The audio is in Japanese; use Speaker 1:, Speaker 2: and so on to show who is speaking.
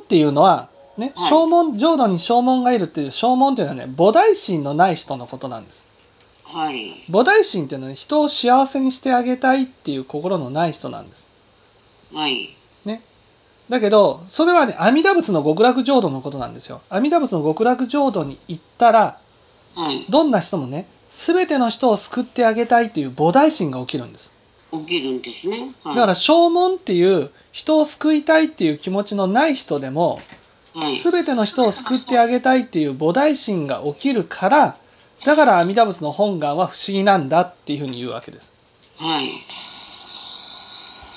Speaker 1: っていうのは、ね、
Speaker 2: はい
Speaker 1: 証文、浄土に証文がいるっていう証文っていうのはね、菩提心のない人のことなんです。
Speaker 2: はい。
Speaker 1: 菩提心っていうのは人を幸せにしてあげたいっていう心のない人なんです。
Speaker 2: はい。
Speaker 1: だけど、それはね、阿弥陀仏の極楽浄土のことなんですよ。阿弥陀仏の極楽浄土に行ったら、
Speaker 2: はい。
Speaker 1: どんな人もね、すべての人を救ってあげたいっていう菩提心が起きるんです。
Speaker 2: 起きるんですね。は
Speaker 1: だ
Speaker 2: い。
Speaker 1: から、正門っていう、人を救いたいっていう気持ちのない人でも、
Speaker 2: はい。
Speaker 1: すべての人を救ってあげたいっていう菩提心が起きるから、だから阿弥陀仏の本願は不思議なんだっていうふうに言うわけです。
Speaker 2: はい。